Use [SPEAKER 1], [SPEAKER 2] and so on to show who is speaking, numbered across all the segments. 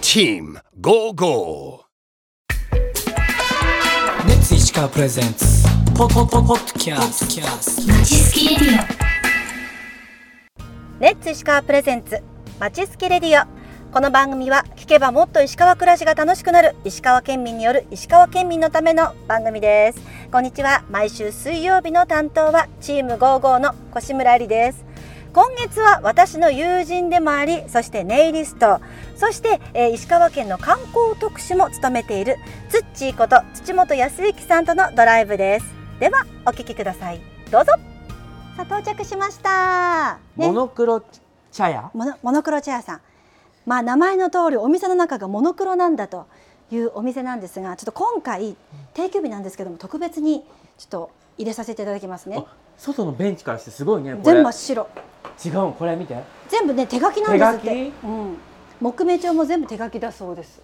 [SPEAKER 1] Team Go Go!
[SPEAKER 2] レッツ石川プレゼンツポポポポッドキャスト
[SPEAKER 3] レッツ石川プレゼンツまちすけレディオこの番組は聞けばもっと石川暮らしが楽しくなる石川県民による石川県民のための番組ですこんにちは毎週水曜日の担当はチーム55の越村理です今月は私の友人でもありそしてネイリストそして、えー石川県の観光特使も務めているツッチーこと土本康之さんとのドライブですではお聞きくださいどうぞさあ到着しました、
[SPEAKER 4] モノクロ茶屋
[SPEAKER 3] モノモノクロチェアさん、まあ、名前の通りお店の中がモノクロなんだというお店なんですがちょっと今回定休日なんですけども特別にちょっと入れさせていただきますね
[SPEAKER 4] あ外のベンチからしてすごいねこれ
[SPEAKER 3] 全部真っ白
[SPEAKER 4] 違うのこれ見て
[SPEAKER 3] 全部ね手書きなんですって
[SPEAKER 4] 手書
[SPEAKER 3] うん、木目調も全部手書きだそうです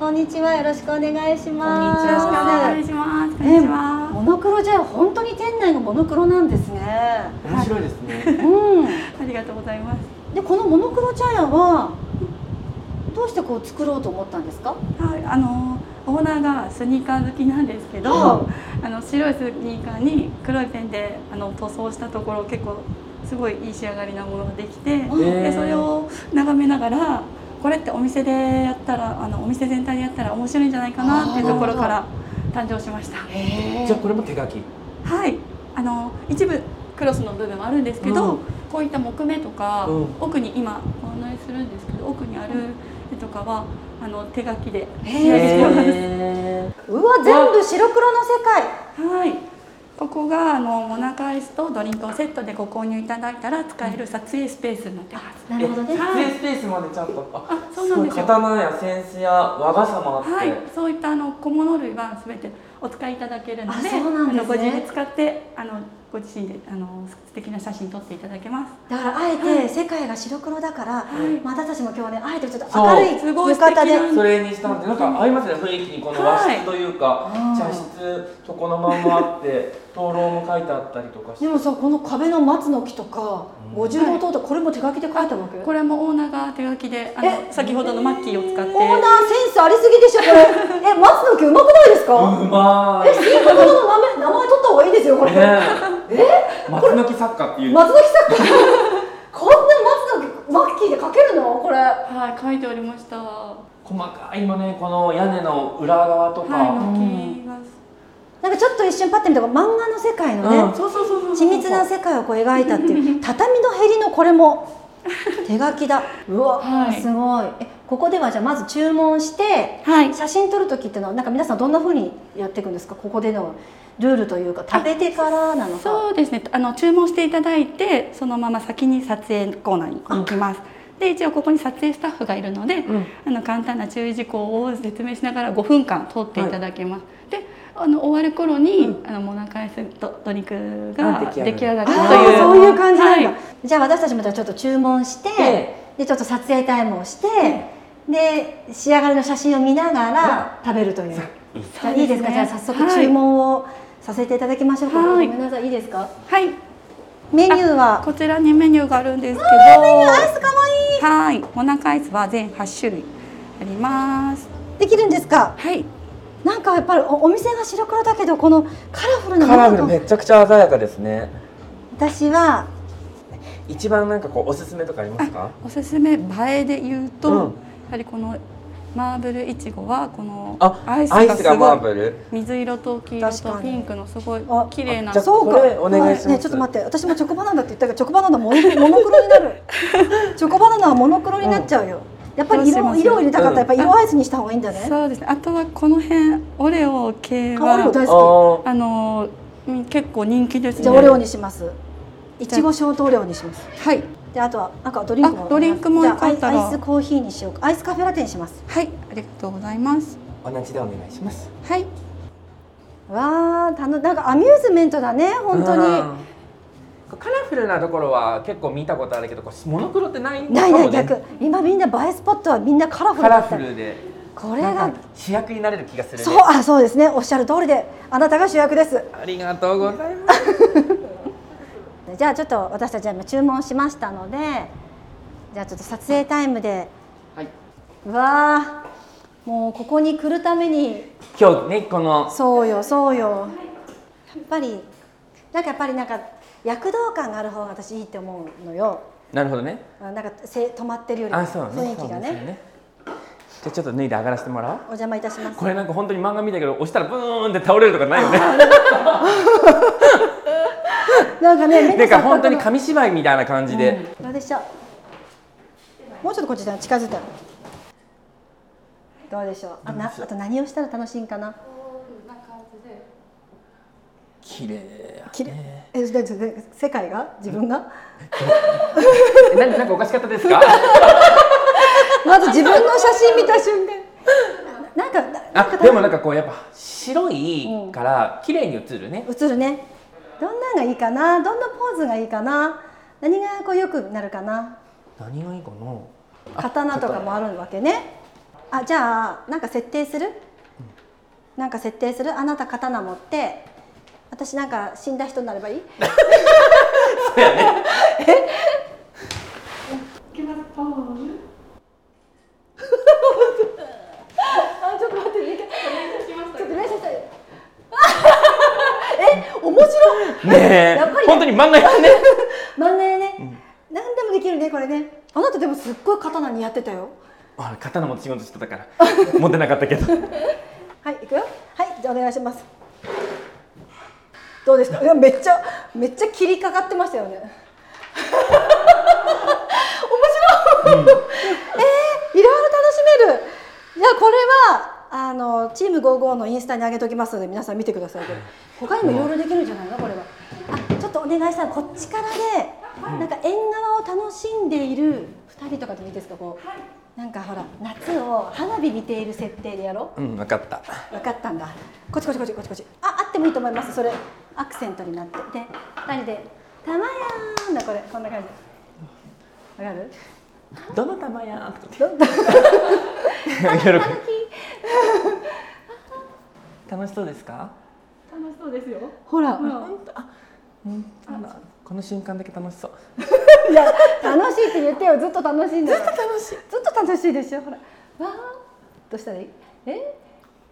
[SPEAKER 3] こんにちはよろしくお願いします
[SPEAKER 4] こんにちは
[SPEAKER 3] しますこんにちはモノクロじゃ本当に店内がモノクロなんですね
[SPEAKER 4] 面白いですね、
[SPEAKER 3] うん
[SPEAKER 5] ありがとうございます。
[SPEAKER 3] でこのモノクロ茶屋はどうしてこう作ろうと思ったんですか
[SPEAKER 5] はい、あのオーナーがスニーカー好きなんですけど、あの白いスニーカーに黒いペンであの塗装したところ結構すごいいい仕上がりなものができて、
[SPEAKER 3] うん
[SPEAKER 4] へ
[SPEAKER 5] で
[SPEAKER 4] ー
[SPEAKER 5] それを眺めながら。これってお店でやったらあのお店全体でやったら面白いんじゃないかなっていうところから誕生しました
[SPEAKER 4] じゃあこれも手書き
[SPEAKER 5] はいあの一部クロスの部分はあるんですけど、
[SPEAKER 4] うん
[SPEAKER 5] こういった木目とか、
[SPEAKER 4] うん
[SPEAKER 5] 奥に今ご案内するんですけど奥にある絵とかはあの手書きで仕上げてます
[SPEAKER 4] へ
[SPEAKER 3] うわ全部白黒の世界
[SPEAKER 5] はい。ここがあのモナカアイスとドリンクをセットでご購入いただいたら使える撮影スペースになってます。
[SPEAKER 3] なるほどね
[SPEAKER 4] え撮影スペースまでちゃんとあ
[SPEAKER 5] あそうなんですよ
[SPEAKER 4] ごい刀や扇子や和傘もあって、
[SPEAKER 5] はい、そういったあの小物類はすべてお使いいただけるので、
[SPEAKER 3] あそうな
[SPEAKER 5] あ
[SPEAKER 3] んですね
[SPEAKER 5] のご自由に使ってあのご自身であの素敵な写真撮っていただけます。
[SPEAKER 3] だからあえて世界が白黒だから、まあ私たちも今日ねあえてちょっと
[SPEAKER 4] そう
[SPEAKER 3] 明るい
[SPEAKER 5] すごい
[SPEAKER 3] 浴衣で
[SPEAKER 5] 素敵
[SPEAKER 4] それにしたんでなんか合いますね雰囲気にこの和
[SPEAKER 5] はい
[SPEAKER 4] 室というか、茶室床の間もあって灯籠も書いてあったりとかして
[SPEAKER 3] でもさこの壁の松の木とか五重塔とかこれも手書きで書いたわけ、
[SPEAKER 5] これもオーナーが手書きであの
[SPEAKER 3] え
[SPEAKER 5] 先ほどのマッキーを使って
[SPEAKER 3] オーナーセンスありすぎでしょこれえ松の木うまくないですか、
[SPEAKER 4] うま
[SPEAKER 3] え
[SPEAKER 4] い
[SPEAKER 3] いい子供の名前名前取った方がいいですよこれ、
[SPEAKER 4] ねえ松の木作家っていう
[SPEAKER 3] 松の木さん こんな松の木マッキーで書けるのこれ
[SPEAKER 5] はい書いておりました。は
[SPEAKER 4] 細かい今ねこの屋根の裏側と
[SPEAKER 5] い、
[SPEAKER 4] か、
[SPEAKER 5] マッキーが、
[SPEAKER 3] なんかちょっと一瞬パッて見たら漫画の世界のね、
[SPEAKER 4] うん
[SPEAKER 5] そうそうそうそう。
[SPEAKER 3] 緻密な世界をこう描いたっていう畳のへりのこれも手書きだうわ、
[SPEAKER 5] はい
[SPEAKER 3] すごいえここではじゃあまず注文して
[SPEAKER 5] はい。
[SPEAKER 3] 写真撮る時っていうのはなんか皆さんどんな風にやっていくんですかここでのルールというか食べてからなのか
[SPEAKER 5] そうですね。あの注文していただいて、そのまま先に撮影コーナーに行きます。で、一応ここに撮影スタッフがいるので、あの簡単な注意事項を説明しながら5分間撮っていただけます。で、あの終わる頃に、あのモナカイスとドリンク
[SPEAKER 4] あ出
[SPEAKER 5] が出
[SPEAKER 4] 来上がる
[SPEAKER 5] 来上がると
[SPEAKER 3] あ
[SPEAKER 5] い
[SPEAKER 3] あ
[SPEAKER 5] う。
[SPEAKER 3] そういう感じなんだ、
[SPEAKER 5] はい
[SPEAKER 3] じゃあ私たちもじゃあちょっと注文して、
[SPEAKER 4] え
[SPEAKER 3] でちょっと撮影タイムをして、で仕上がりの写真を見ながら食べるという、じゃあいいですか、じゃあ早速注文をさせていただきましょうか、
[SPEAKER 5] はい
[SPEAKER 3] ごめんなさいいいですか
[SPEAKER 5] はい。
[SPEAKER 3] メニューは
[SPEAKER 5] こちらにメニューがあるんですけど。
[SPEAKER 3] アイスかわ
[SPEAKER 5] は
[SPEAKER 3] い
[SPEAKER 5] い。モナカアイスは全8種類あります。
[SPEAKER 3] いできるんですか
[SPEAKER 5] はい。
[SPEAKER 3] なんかやっぱりおお店が白黒だけどこのカラフルな
[SPEAKER 4] カラフル
[SPEAKER 3] もの
[SPEAKER 4] め
[SPEAKER 3] と
[SPEAKER 4] ちゃくちゃ鮮やかですね
[SPEAKER 3] 私は
[SPEAKER 4] 一番なんかこうおすすめとかありますか
[SPEAKER 5] おすすめ映えで言うと、
[SPEAKER 4] うん
[SPEAKER 5] やはりこのマーブルいちごはこの
[SPEAKER 4] あ
[SPEAKER 5] アイス
[SPEAKER 4] アイスが
[SPEAKER 5] がす
[SPEAKER 4] マ
[SPEAKER 5] ご
[SPEAKER 4] ー
[SPEAKER 5] い
[SPEAKER 4] ブル
[SPEAKER 5] 水色と黄色
[SPEAKER 3] 確か
[SPEAKER 5] と
[SPEAKER 3] に
[SPEAKER 5] ピンクのすごい
[SPEAKER 3] あ
[SPEAKER 5] 綺麗な
[SPEAKER 4] じゃあ
[SPEAKER 3] そうか
[SPEAKER 4] これお願いします
[SPEAKER 3] ねちょっと待って私もチョコバナナって言ったけどチョコバナナモノモノクロになるチョコバナナはモノクロになっちゃうよ、やっぱ
[SPEAKER 5] どう
[SPEAKER 3] り
[SPEAKER 5] し
[SPEAKER 3] 色
[SPEAKER 5] ま
[SPEAKER 3] を
[SPEAKER 5] す
[SPEAKER 3] 色を入れたかったらやっぱ
[SPEAKER 5] うん
[SPEAKER 3] 色アイスにした方がいいんだね、
[SPEAKER 5] そうですねあとはこの辺オレオ系
[SPEAKER 3] あオレオ
[SPEAKER 5] は
[SPEAKER 3] 大好
[SPEAKER 4] あ
[SPEAKER 5] あのうん結構人気です
[SPEAKER 3] き
[SPEAKER 5] ね
[SPEAKER 3] じゃあオレオにしますいちごショートオレオにします
[SPEAKER 5] はい
[SPEAKER 3] であとはなんかドリンクも
[SPEAKER 5] あドリンクも
[SPEAKER 3] じ
[SPEAKER 5] よ
[SPEAKER 3] ゃあ
[SPEAKER 5] か
[SPEAKER 3] ア
[SPEAKER 5] っ
[SPEAKER 3] イ
[SPEAKER 5] たら
[SPEAKER 3] アイスコーヒーにしようかアイスカフェラテにします
[SPEAKER 5] はいありがとうございます
[SPEAKER 4] ー同じでお願いします
[SPEAKER 5] はい
[SPEAKER 3] わあたのなんかアミューズメントだね本当に、
[SPEAKER 4] うんカラフルなところは結構見たことあるけどこれモノクロってないん
[SPEAKER 3] ないない
[SPEAKER 4] ね
[SPEAKER 3] 逆今みんな映えスポットはみんなカラフル
[SPEAKER 4] カ
[SPEAKER 3] だ
[SPEAKER 4] ラ
[SPEAKER 3] った
[SPEAKER 4] フルで
[SPEAKER 3] これ
[SPEAKER 4] な
[SPEAKER 3] が
[SPEAKER 4] んか主役になれる気がするね
[SPEAKER 3] そうあそうですねおっしゃる通りであなたが主役です
[SPEAKER 4] ありがとうございます
[SPEAKER 3] じゃあちょっと私たちは今注文しましたのでじゃあちょっと撮影タイムで
[SPEAKER 4] はい
[SPEAKER 3] うわあもうここに来るために
[SPEAKER 4] 今日ねこの
[SPEAKER 3] そうよそうよやっぱりなんかやっぱりなんか躍動感がある方が私いいって思うのよ
[SPEAKER 4] なるほどね
[SPEAKER 3] あなんかせ止まってるよりも
[SPEAKER 4] あそうね
[SPEAKER 3] 雰囲気がね
[SPEAKER 4] そうですよじゃあちょっと脱いで上がらせてもらおう
[SPEAKER 3] お邪魔いたします
[SPEAKER 4] これなんか本当に漫画見たけど押したらブーンって倒れるとかないよね
[SPEAKER 3] なんかね
[SPEAKER 4] なん
[SPEAKER 3] 目
[SPEAKER 4] か
[SPEAKER 3] が
[SPEAKER 4] 本当に紙芝居みたいな感じで、
[SPEAKER 3] どうでしょうもうちょっとこっちだ近づいたらどうでしょうあなあと何をしたら楽しいんかな
[SPEAKER 4] 綺麗
[SPEAKER 3] きれえだだだ世界が自分が、
[SPEAKER 4] えななんかおかしかったですか
[SPEAKER 3] まず自分の写真見た瞬間なんかななん
[SPEAKER 4] あ
[SPEAKER 3] か
[SPEAKER 4] でもなんかこうやっぱ白いから綺麗に映るね、
[SPEAKER 3] 映るねどんなんがいいかなどんなポーズがいいかな何がこうよくなるかな
[SPEAKER 4] 何がいいかな
[SPEAKER 3] 刀とかもあるわけねあじゃあなんか設定する、なんか設定するあなた刀持って私なんか死んだ人になればいい
[SPEAKER 5] いきますポーズ
[SPEAKER 3] あちょっと待って
[SPEAKER 5] いきました
[SPEAKER 3] ちょっと練習したい え面白い
[SPEAKER 4] ねえ
[SPEAKER 3] やっぱりね
[SPEAKER 4] 本当に漫画やね
[SPEAKER 3] 真ん中ね、何でもできるねこれねあなたでもすっごい刀似合ってたよ
[SPEAKER 4] あれ刀持って仕事してたから持ってなかったけ ど
[SPEAKER 3] はい行くよはいじゃあお願いしますどうですかいやめっちゃめっちゃ切りかかってましたよね 面白い、えー、いろいろ楽しめるじゃあこれはあのチーム55のインスタに上げときますので皆さん見てくださいこれ他にもいろいろできるんじゃないのこれはあちょっとお願いしたらこっちからでなんか縁側を楽しんでいる2人とかでもいいですかこう、なんかほら夏を花火見ている設定でやろう
[SPEAKER 4] うん分かった
[SPEAKER 3] 分かったんだこっちこっちこっちこっちこっちああってもいいと思いますそれアクセントになってで二人で「たまやーん」だこれこんな感じわかる
[SPEAKER 4] どの玉やーって
[SPEAKER 3] ど
[SPEAKER 4] 喜ぶ楽しそうですか
[SPEAKER 5] 楽しそうですよ
[SPEAKER 3] ほら、
[SPEAKER 4] 本当あうんあこの瞬間だけ楽しそう
[SPEAKER 3] いや楽しいって言ってよずっと楽しいんだずっと楽しいずっと楽しいでしょほらわーどうしたらいいえ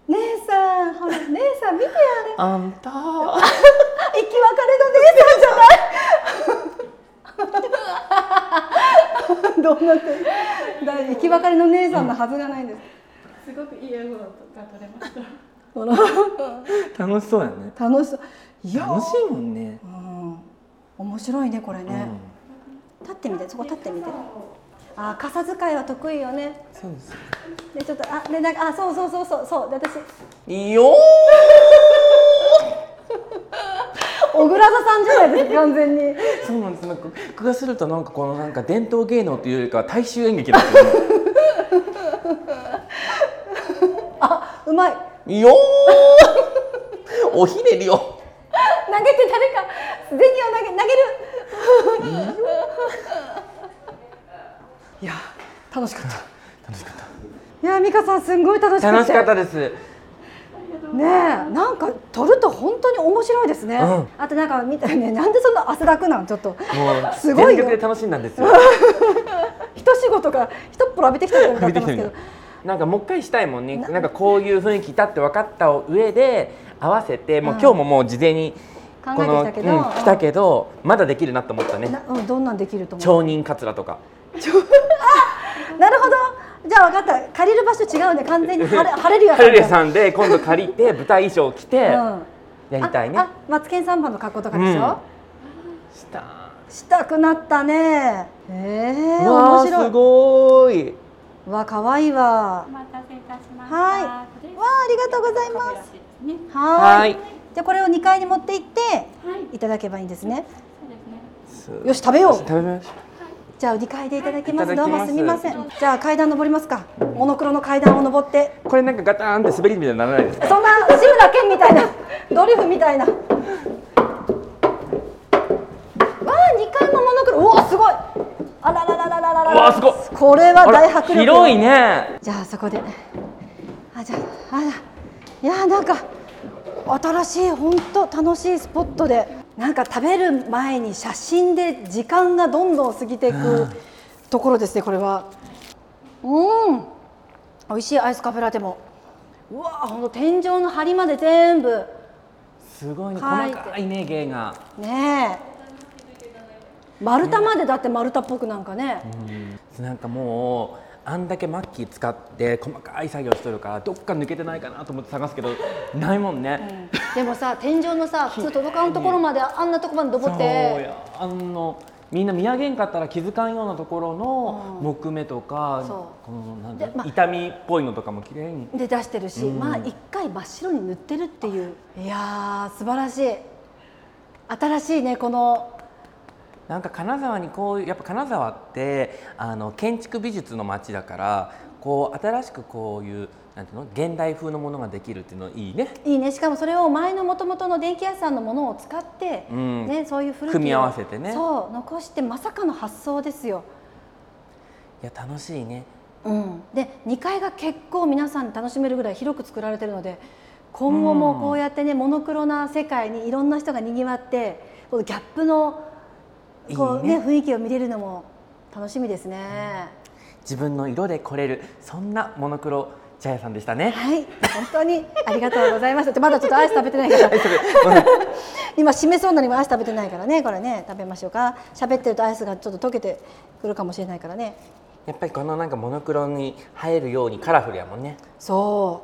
[SPEAKER 3] 姉さん ほら姉さん見てあれ
[SPEAKER 4] あん た
[SPEAKER 3] 生き別れの姉さんじゃないどうなってるだ生き別れの姉さんのはずがないんです、
[SPEAKER 5] すごくいい笑顔が取れました
[SPEAKER 3] ほら
[SPEAKER 4] 楽しそうやね
[SPEAKER 3] 楽しそういや
[SPEAKER 4] 楽しいもんね
[SPEAKER 3] うん面白いねこれね、立ってみてそこ立ってみてあー傘使いは得意よね
[SPEAKER 4] そうです
[SPEAKER 3] でちょっとあでなんかあそうそうそうそうそうで私
[SPEAKER 4] いいよ
[SPEAKER 3] 小倉座さんじゃないですか完全に
[SPEAKER 4] ーそうなんですなんか僕がするとなんかこのなんか伝統芸能というよりかは大衆演劇なんですよね
[SPEAKER 3] あうまい
[SPEAKER 4] いい よーおひねりよ
[SPEAKER 3] 投げて誰か銭を投げ投げるいや楽しかった楽しかったいや美香さんすんごい楽しかった
[SPEAKER 4] 楽しかったです
[SPEAKER 3] ねえなんか撮ると本当に面白いですね、
[SPEAKER 4] うん
[SPEAKER 3] あとなんか見たねなんでそんな汗だくなんちょっと
[SPEAKER 4] もう
[SPEAKER 3] すごい
[SPEAKER 4] 全
[SPEAKER 3] よ
[SPEAKER 4] 力で楽しんだんです よ
[SPEAKER 3] 一仕事から一っぽら浴びてきたと思ったんですけど
[SPEAKER 4] なんかもう一回したいもんねなんかこういう雰囲気だって分かった上で合わせてもう今日ももう事前に
[SPEAKER 3] 考え
[SPEAKER 4] この
[SPEAKER 3] てきたけ
[SPEAKER 4] う
[SPEAKER 3] ど
[SPEAKER 4] ん来たけどまだできるなと思ったね
[SPEAKER 3] な、うん、どんなんできると思
[SPEAKER 4] 町人カツラとか
[SPEAKER 3] うなるほどじゃあ分かった借りる場所違うね完 全に晴れ晴れるやつ
[SPEAKER 4] ハルレさんで今度借りて舞台衣装着てやり
[SPEAKER 3] うん、
[SPEAKER 4] たいね
[SPEAKER 3] ああマツケンサンバの格好とかでしょ、
[SPEAKER 4] うんした
[SPEAKER 3] したくなったね。ええ
[SPEAKER 4] うわ
[SPEAKER 3] 面
[SPEAKER 4] ー
[SPEAKER 3] 白
[SPEAKER 4] す
[SPEAKER 3] い。
[SPEAKER 4] ごーい
[SPEAKER 3] わ、可愛いわ
[SPEAKER 5] お。待たせいたしました
[SPEAKER 3] はい
[SPEAKER 5] わ
[SPEAKER 3] わあ、ありがとうございます。
[SPEAKER 5] ね
[SPEAKER 3] は
[SPEAKER 4] は
[SPEAKER 3] ーい。
[SPEAKER 4] い
[SPEAKER 3] じゃあこれを2階に持って行って
[SPEAKER 5] はい
[SPEAKER 3] いただけばいいんですね。
[SPEAKER 5] そうですね
[SPEAKER 3] よし食べよう
[SPEAKER 4] 食。べましょ
[SPEAKER 3] じゃあ2階でいただきま
[SPEAKER 4] い
[SPEAKER 3] す。ど
[SPEAKER 4] ただ
[SPEAKER 3] う
[SPEAKER 4] き
[SPEAKER 3] も
[SPEAKER 4] ます
[SPEAKER 3] すみません。じゃあ階段登りますか。モノクロの階段を登って。
[SPEAKER 4] うこれなんかガターンって滑りみたいにならないですか
[SPEAKER 3] そんな志村けんみたいな ドリフみたいな。わあ、2階もモノクロ。うわ、すごい。あららららららら。
[SPEAKER 4] うわすごい
[SPEAKER 3] これは
[SPEAKER 4] あ
[SPEAKER 3] 大
[SPEAKER 4] ら
[SPEAKER 3] 迫力。
[SPEAKER 4] 広いね
[SPEAKER 3] じゃあそこであじゃああらいやーなんか新しい本当楽しいスポットでなんか食べる前に写真で時間がどんどん過ぎていくところですねこれはうん美味しいアイスカフェラテもうわーほんと天井の梁まで全部
[SPEAKER 4] すごいね
[SPEAKER 3] はい
[SPEAKER 4] 細かいね芸が
[SPEAKER 3] ねえ丸太までだって丸太っぽくなんかね、
[SPEAKER 4] なんかもうあんだけマッキー使って細かい作業しとるからどっか抜けてないかなと思って探すけどないもんね、
[SPEAKER 3] でもさ天井のさ普通届かんところまであんなとこまで登
[SPEAKER 4] そ
[SPEAKER 3] っ
[SPEAKER 4] う
[SPEAKER 3] て
[SPEAKER 4] やあのみんな見上げんかったら気づかんようなところの木目とか、
[SPEAKER 3] そう
[SPEAKER 4] このなんだ
[SPEAKER 3] でま
[SPEAKER 4] 痛みっぽいのとかも綺麗に
[SPEAKER 3] で出してるし、まあ一回真っ白に塗ってるっていういやー素晴らしい新しいねこの
[SPEAKER 4] なんか金沢にこういうやっぱ金沢ってあの建築美術の街だからこう新しくこういうなんていうの現代風のものができるっていうのいいね。
[SPEAKER 3] いいねしかもそれを前のもともとの電気屋さんのものを使って、
[SPEAKER 4] うん
[SPEAKER 3] ね、そういう古きを
[SPEAKER 4] 組み合わせてね
[SPEAKER 3] そう残してまさかの発想ですよ、
[SPEAKER 4] いや楽しいね。
[SPEAKER 3] うん、で2階が結構皆さん楽しめるぐらい広く作られてるので今後もこうやってね、モノクロな世界にいろんな人がにぎわってこのギャップのこう
[SPEAKER 4] いい
[SPEAKER 3] ね
[SPEAKER 4] ね
[SPEAKER 3] 雰囲気を見れるのも楽しみですね。
[SPEAKER 4] 自分の色で来れるそんなモノクロ茶屋さんでしたね。
[SPEAKER 3] はい、本当にありがとうございました。でまだちょっとアイス食べてないから。 今締めそうなのにもアイス食べてないからね、これね、食べましょうか。喋ってるとアイスがちょっと溶けてくるかもしれないからね。
[SPEAKER 4] やっぱりこのなんかモノクロに映えるようにカラフルやもんね。
[SPEAKER 3] そ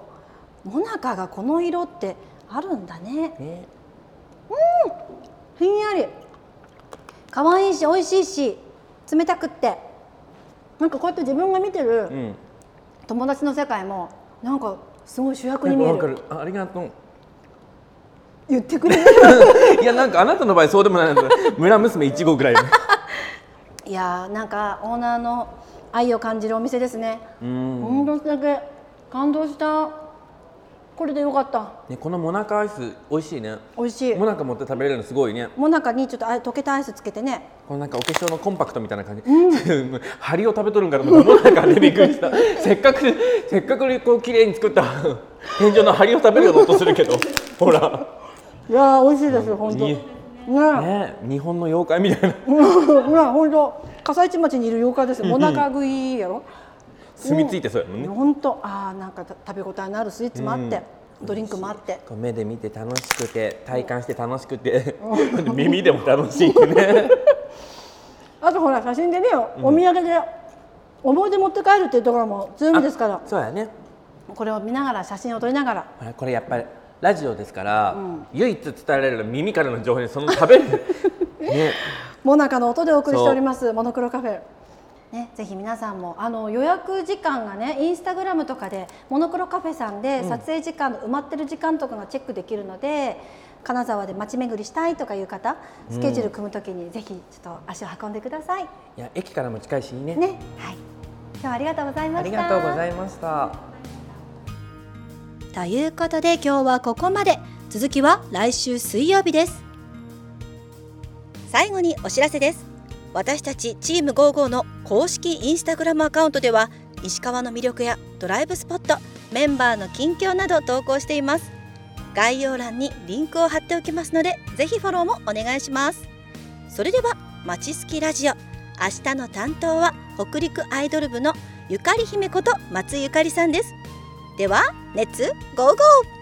[SPEAKER 3] う、モナカがこの色ってあるんだね。
[SPEAKER 4] ね
[SPEAKER 3] ひんやり。可愛いし、美味しいし、冷たくって。なんかこうやって自分が見て
[SPEAKER 4] う
[SPEAKER 3] る
[SPEAKER 4] ん。
[SPEAKER 3] 友達の世界も、なんかすごい主役
[SPEAKER 4] な
[SPEAKER 3] に
[SPEAKER 4] んか
[SPEAKER 3] 見え
[SPEAKER 4] わか
[SPEAKER 3] る。
[SPEAKER 4] る。あありがとう。
[SPEAKER 3] 言ってくれる。
[SPEAKER 4] いやなんかあなたの場合そうでもないの。村娘一号ぐらい。
[SPEAKER 3] いやーなんかオーナーの愛を感じるお店ですね。
[SPEAKER 4] うん。
[SPEAKER 3] 本当だけ感動した。これでよかった。
[SPEAKER 4] ねこのモナカアイス美味しいね。
[SPEAKER 3] 美味しい
[SPEAKER 4] モ。ナカ持って食べれるのすごいね。
[SPEAKER 3] もなかにちょっとあ溶けたアイスつけてね。
[SPEAKER 4] このなんかお化粧のコンパクトみたいな感じ、 針を食べとるんかと思ったらもうなんかびっくりしたせっかくせっかくこう綺麗に作った天井の針を食べるような音するけどほら
[SPEAKER 3] いやー美味しいです本当。
[SPEAKER 4] いい
[SPEAKER 3] ねえ。
[SPEAKER 4] ね日本の妖怪みたいな
[SPEAKER 3] うん、まあ本当笠市町にいる妖怪ですよ。もなか食いやろ。
[SPEAKER 4] 住み着いてそうやもんね、
[SPEAKER 3] 本当ああなんかた食べ応えのあるスイーツもあって、ドリンクもあって。
[SPEAKER 4] こう目で見て楽しくて体感して楽しくて 耳でも楽しいってね
[SPEAKER 3] あとほら写真でね、お土産で思い出持って帰るっていうところも強みですから
[SPEAKER 4] あ。 そうやね
[SPEAKER 3] これを見ながら写真を撮りながら。
[SPEAKER 4] ほらこれやっぱりラジオですから、唯一伝えられるのは耳からの情報にその食べるね
[SPEAKER 3] モナカの音でお送りしておりますモノクロカフェ。ね、ぜひ皆さんもあの予約時間がねインスタグラムとかでモノクロカフェさんで撮影時間の埋まってる時間とかがチェックできるので、金沢で街巡りしたいとかいう方スケジュール組むときにぜひちょっと足を運んでください、
[SPEAKER 4] いや駅からも近いしいいね
[SPEAKER 3] ねはい今日はありがとうございま
[SPEAKER 4] あ
[SPEAKER 3] し
[SPEAKER 4] り
[SPEAKER 3] た
[SPEAKER 4] がとうございました。
[SPEAKER 3] ということで今日はここまで続きは来週水曜日です最後にお知らせです私たちチーム55の公式インスタグラムアカウントでは石川の魅力やドライブスポットメンバーの近況など投稿しています概要欄にリンクを貼っておきますのでぜひフォローもお願いしますそれではまちすきラジオ明日の担当は北陸アイドル部のゆかり姫こと松井ゆかりさんですではレッツゴーゴー